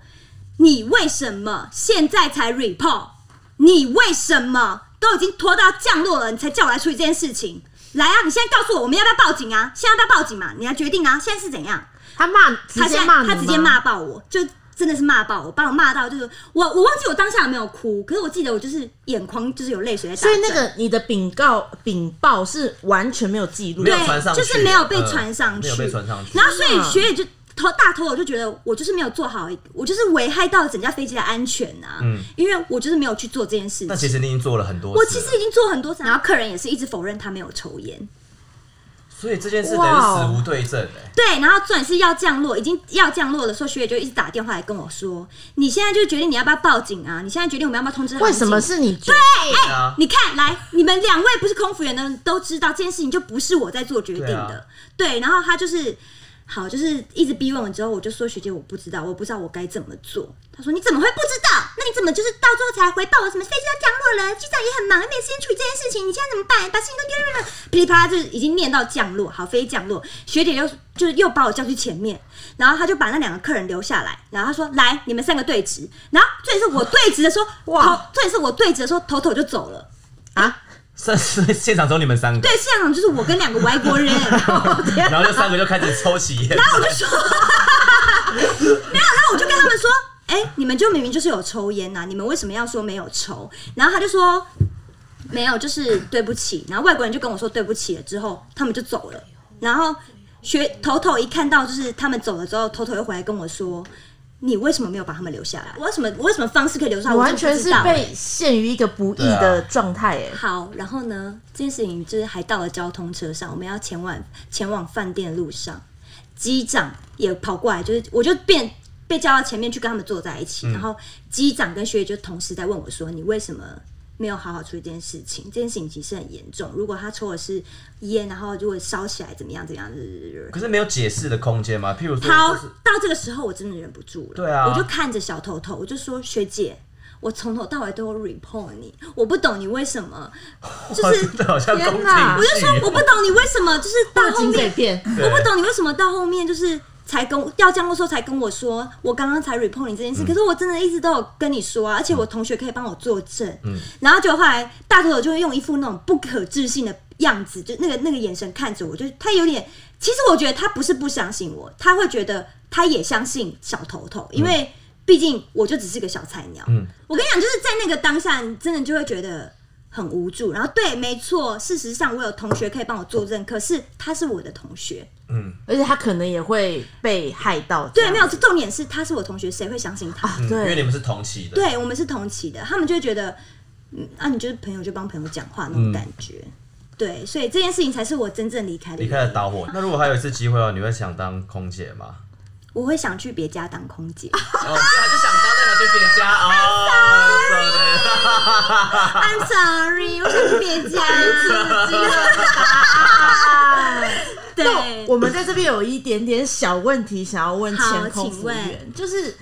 你为什么现在才 report？你为什么都已经拖到降落了，你才叫我来处理这件事情？来啊，你现在告诉我，我们要不要报警啊？现在要不要报警嘛？你来决定啊！现在是怎样？”
他骂，直
他现
接
在
骂你
他直接
吗
骂爆我，就真的是骂爆我，把我骂到就是我我忘记我当下有没有哭，可是我记得我就是眼眶就是有泪水在打
所
转，
以那个你的禀告禀报是完全没有记录
没
的，
有传上去，
就是没有被传上
嗯没
去
有被传上去。
然后所以
天哪
学姐就头大头，我就觉得我就是没有做好，我就是危害到整架飞机的安全啊，
嗯
因为我就是没有去做这件事
但
情。
其实你已经做了很多次了，
我其实已经做很多次，然后客人也是一直否认他没有抽烟。
所以这件事等于
哇
死
哦
无对证哎、
对，然后重点是要降落，已经要降落的时候，学姐就一直打电话来跟我说：“你现在就决定你要不要报警啊？你现在决定我们要不要通知航警？
为什么是你决
对啊，
你看，来，你们两位不是空服员的都知道这件事情，就不是我在做决定的。对，然后他就是好，就是一直逼问我之后，我就说学姐，我不知道，我不知道我该怎么做。他说你怎么会不知道？那你怎么就是到最后才回报我？什么飞机要降落了，机长也很忙，没有时间处理这件事情，你现在怎么办？把事情都丢了，噼里啪啦，就是已经念到降落，好，飞机降落，学姐又就是又把我叫去前面，然后他就把那两个客人留下来，然后他说：“来，你们三个对质。”然后这也是我对质的时候，头，这也是我对质的时候，头头就走了。
啊？
现 现场只有你们三个
对，，现场就是我跟两个外国人，然后
然后就三个就开始抽起 烟，
我就说，没有，然啊后我就跟他们说，哎、你们就明明就是有抽烟呐、你们为什么要说没有抽？然后他就说没有，就是对不起。然后外国人就跟我说对不起了，之后他们就走了。然后学头头一看到就是他们走了之后，头头又回来跟我说。你为什么没有把他们留下来？我有什么我有什么方式可以留下来？
你
啊我
完
真的
全
不知
是
道
被陷于一个不义的
啊
状态哎。
好，然后呢，这件事情就是还到了交通车上，我们要前往前往饭店的路上，机长也跑过来，就是我就变被叫到前面去跟他们坐在一
嗯
起，然后机长跟学姐就同时在问我说：“你为什么？”没有好好处理这件事情，这件事情其实很严重。如果他抽的是烟，然后如果烧起来怎么样怎么样，
可是没有解释的空间嘛？譬如说，
好
就是，
到这个时候我真的忍不住了，
对啊
我就看着小头头，我就说学姐，我从头到尾都有 report 你，我不懂你为什么，就
哇
是
真的好像宫廷
天哪
我就说我不懂你为什么就是到
大
后
金被
面
骗，
对
我不懂你为什么到后面就是才跟我要降落的时候才跟我说，我刚刚才 report 你这件
嗯
事，可是我真的一直都有跟你说啊，而且我同学可以帮我作证，
嗯
然后就后来大头头就会用一副那种不可置信的样子，就那个那个眼神看着我，就他有点，其实我觉得他不是不相信我，他会觉得他也相信小头头，因为毕竟我就只是个小菜鸟，
嗯
我跟你讲，就是在那个当下，你真的就会觉得很无助。然后对，没错，事实上我有同学可以帮我作证，可是他是我的同学，
嗯，
而且他可能也会被害到这
对，
样。啊
没有，重点是他是我同学，谁会相信他？
嗯因为
对
你们是同期的，
对我们是同期的，他们就会觉得，嗯，啊，你就是朋友就帮朋友讲话那种感觉。
嗯
对，所以这件事情才是我真正离开的。
离开了，导火。那如果还有一次机会哦，你会想当空姐 吗？
我会想去别家当空 姐。
哦，还是想当那个去别 家哦，对对
I'm sorry，我想去别 家。对，
我们在这边有一点点小问题想要问
好
前空
请
服
问
员，就是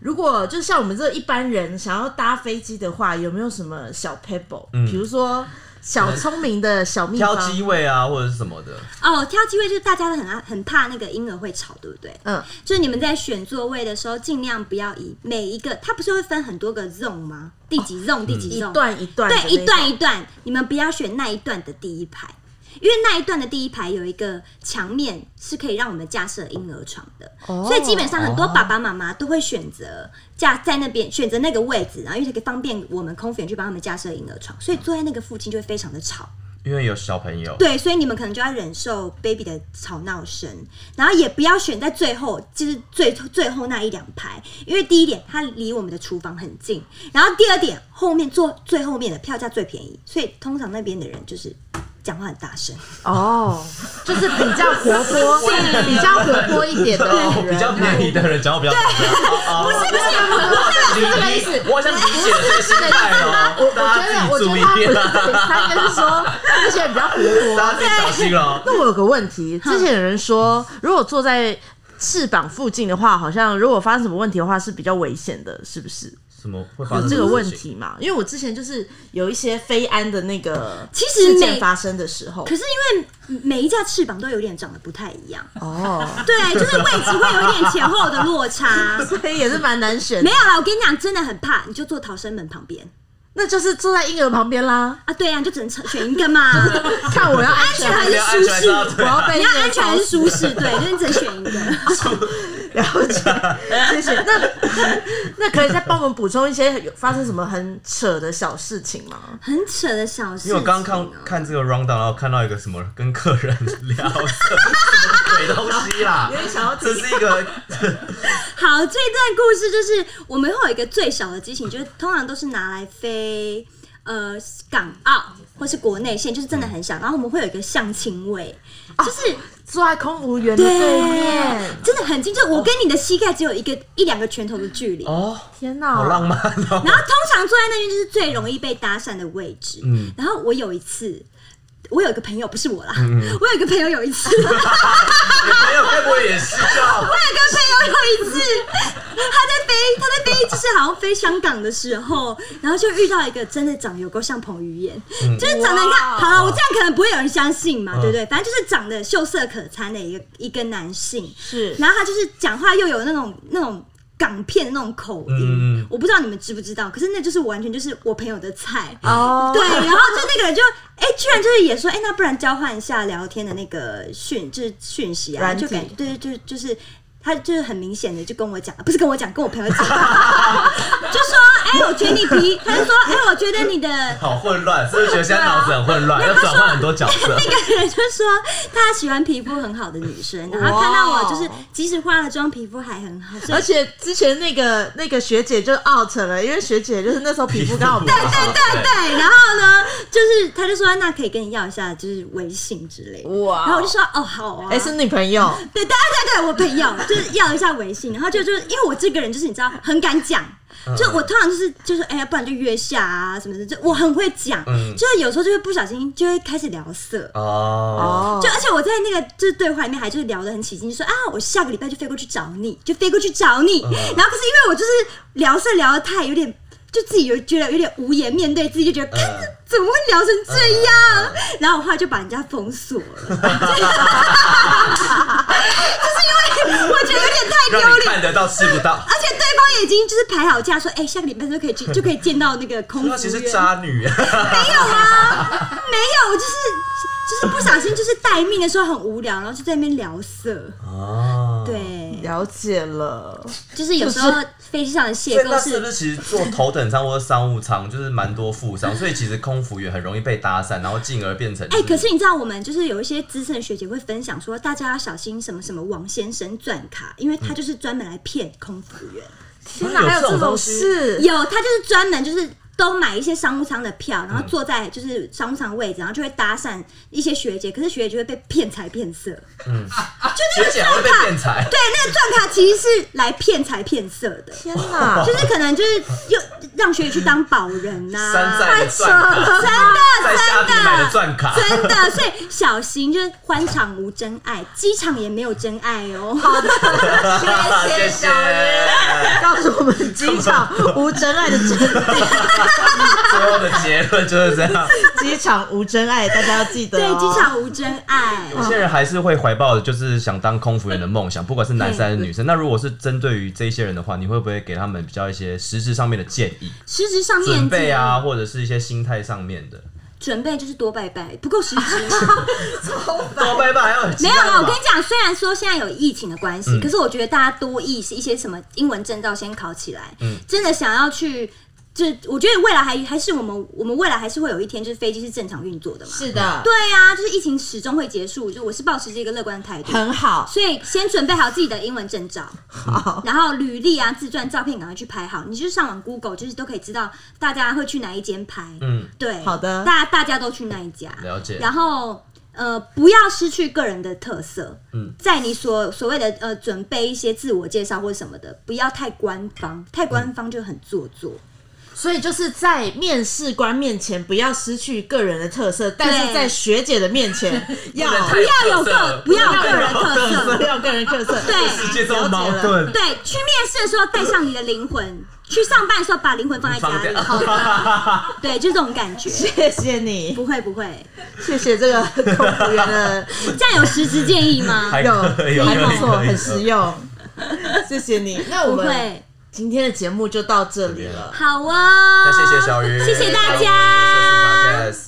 如果就像我们这一般人想要搭飞机的话，有没有什么小 pebble？、比如说小聪明的小秘
嗯挑
方，
机位啊，或者是什么的，
哦，挑机位就是大家都很啊很怕那个婴儿会吵，对不对？
嗯，
就是你们在选座位的时候，尽量不要以每一个，它不是会分很多个 zone 吗？第
哦
几 zone，、第几
一
zone，
段一段的那
对，
种，
一段一段，你们不要选那一段的第一排，因为那一段的第一排有一个墙面是可以让我们架设婴儿床的，
哦
所以基本上很多爸爸妈妈都会选择架在那边选择那个位置，然后因为可以方便我们空服员去帮他们架设婴儿床，所以坐在那个附近就会非常的吵。
因为有小朋友，
对，所以你们可能就要忍受 baby 的吵闹声，然后也不要选在最后，就是最最后那一两排，因为第一点它离我们的厨房很近，然后第二点后面坐最后面的票价最便宜，所以通常那边的人就是讲话很大声，
哦，就是比较活泼，比较活泼一 点的
哦，
人，
比较便宜的人讲话比较哦
不
不
是不是，
是
这个意思
我想理解这个心态
我
哦
我，
大家
觉得，我
自
啊
觉
己
得
注意
他不
点
是，，他应该是说那些人比较活泼。
大家自己小心哦。
那我有个问题，
嗯
之前有人说，如果坐在翅膀附近的话，好像如果发生什么问题的话是比较危险的，是不是？
什么会发
有
生
这个
种
问
事情？
题嘛？因为我之前就是有一些飞安的那个
其实
事件
每
发生的时候
可，是因为每一架翅膀都有点长得不太一样，
哦，
对，就是位置会有一点前后的落差。
所以也是蛮难选
没
的。
有啦，我跟你讲，真的很怕，你就坐逃生门旁边
那就是坐在婴儿旁边啦，
啊。对啊，你就只能选一个嘛，
看我要安全
安
还
全
是
还是舒
我
适，
要被
你
婴
要
儿
安全
吵
还是
死。
舒适？对，就是你只能选一个。
了解，谢谢。那 那可以再帮我们补充一些有发生什么很扯的小事情吗？
很扯的小事、
因
情
为
哦。
我刚刚看看这个 round down，然后看到一个什么跟客人聊色什么鬼东西啦，
点想要
这是一个
好，这段故事就是我们会有一个最小的机型，就是通常都是拿来飞呃港澳或是国内线，就是真的很
嗯
小。然后我们会有一个相亲位，
啊
就是、
坐在空无员的对面，
真的很近，就是我跟你的膝盖只有一个一两个拳头的距离。
哦，
天哪，
好浪漫哦。
然后通常坐在那边就是最容易被搭讪的位置。
嗯
然后我有一次。我有一个朋友，不是我啦，
嗯
我有一个朋友有一次，
没有，该不会也是哦？
我有个朋友有一次，他在飞，他在飞，就是好像飞香港的时候，然后就遇到一个真的长得有够像彭于晏，就是长得你看，好了，我这样可能不会有人相信嘛，对不对？反正就是长得秀色可餐的一个一个男性，
是
然后他就是讲话又有那种那种港片的那种口音，
嗯
我不知道你们知不知道，可是那就是完全就是我朋友的菜。
哦，
对，然后就那个人就哎、居然就是也说哎、那不然交换一下聊天的那个讯，就是讯息啊，
软
就
体
感对，就就是。他就是很明显的就跟我讲，不是跟我讲，跟我 朋友讲，就说：“哎、我觉得你皮。”他就说：“哎、我觉得你的
好混乱，是不是觉得现在脑子很混乱，要转换很多角色？
那个人就说他喜欢皮肤很好的女生，然后看到我就是即使化了妆，皮肤还很好，所以
而且之前那个那个学姐就 out 了，因为学姐就是那时候皮肤刚好不好。
对对
对，然后呢，就是他就说那可以跟你要一下就是微信之类的，
哇
然后我就说哦好啊，
哎、是女朋友，
对对对对，我朋友就是要一下微信，然后就就是因为我这个人就是你知道很敢讲。就我通常就是就是哎、呀，不然就约下啊什么的，就我很会讲，
嗯
就是有时候就会不小心就会开始聊色，
哦，
就而且我在那个就是对话里面还就是聊得很起劲，就说啊，我下个礼拜就飞过去找你，就飞过去找你。
嗯
然后可是因为我就是聊色聊得太有点，就自己有觉得有点无颜面对自己，就觉得、看
嗯
怎么会聊成这样？然后我后来就把人家封锁 了，就是因为我觉得有点太丢
让你
脸。
看得到吃不到。
而且对方也已经就是排好假，说哎、下个礼拜就可以去，就可以见到那 个空服
那啊其实
员
渣女，
没有啊， 没有，我就是就是不小心就是待命的时候很无聊，然后就在那边聊色。
哦，
对，
了解了，
就是有时候飞机上的
所
邂
以那
逅
是不是
是。
其实坐头等舱或者商务舱就是蛮多负伤，所以其实空服员很容易被搭讪，然后进而变成
哎、可是你知道，我们就是有一些资深的学姐会分享说，大家要小心什么什么王先生钻卡，因为他就是专门来骗空服员。
天哪，
有
还有
这
这
种
种
东西
事？
有，他就是专门就是都买一些商务舱的票，然后坐在就是商务舱位置，然后就会搭讪一些学姐，可是学姐就会被骗财骗色。
学姐还会被骗财，
对，那个钻卡其实是来骗财骗色的。
天 哪，
就是可能就是又让学姐去当保人呐、
山寨的钻卡，
啊真的
在虾皮买的钻卡，
真的，所以小心就是欢场无真爱，机场也没有真爱哦。好 的，
谢谢。
告诉我们机场无真爱的真
最后的结论就是这
哦
样，
机场无真爱，大家要记得、
对
哦。，
机场无真爱。
有些人还是会怀抱着就是想当空服员的梦想，不管是男生还是女生。那如果是针对于这些人的话，你会不会给他们比较一些实质上面的建议、
实质上面
准备啊，，或者是一些心态上面的？
准备就是多拜拜，不够实质。
多拜拜，还有
没有啦，我跟你
你
讲，虽然说现在有疫情的关系，
嗯
可是我觉得大家多一些一些什么英文证照先考起来，真的想要去。就我觉得未来还还是我们我们未来还是会有一天，就是飞机是正常运作的嘛。
是的，
对啊，就是疫情始终会结束，就我是保持这个乐观的态度，
很好。
所以先准备好自己的英文证照，
好，
然后履历啊、自传、照片赶快去拍好，你就上网 Google，就是都可以知道大家会去哪一间拍。
嗯，
对，
好的
大大家都去那一家，
了解
然后呃，不要失去个人的特色。
嗯
在你所所谓的呃准备一些自我介绍或什么的，不要太官
嗯
方，太官方就很做作。
所以就是在面试官面前不要失去个人的特色，但是在学姐的面 前要
不
要有个不要有个人特色，
要个人特色。
对
世界这么矛
了解
盾，
对，去面试的时候带上你的灵魂，去上班的时候把灵魂放在家里，
嗯放
好吧？对，就这种感 觉。
谢谢你，
不会不会，
谢谢这个空服员 的
这样有实质建议吗？
还
有
可以，有
还
可以
不错，
可以
很实用。谢谢你，那我
不
们
会，
今天的节目就到这里了。
好哦。
那谢谢小鱼，
谢谢大家
谢谢我们的社畜 podcast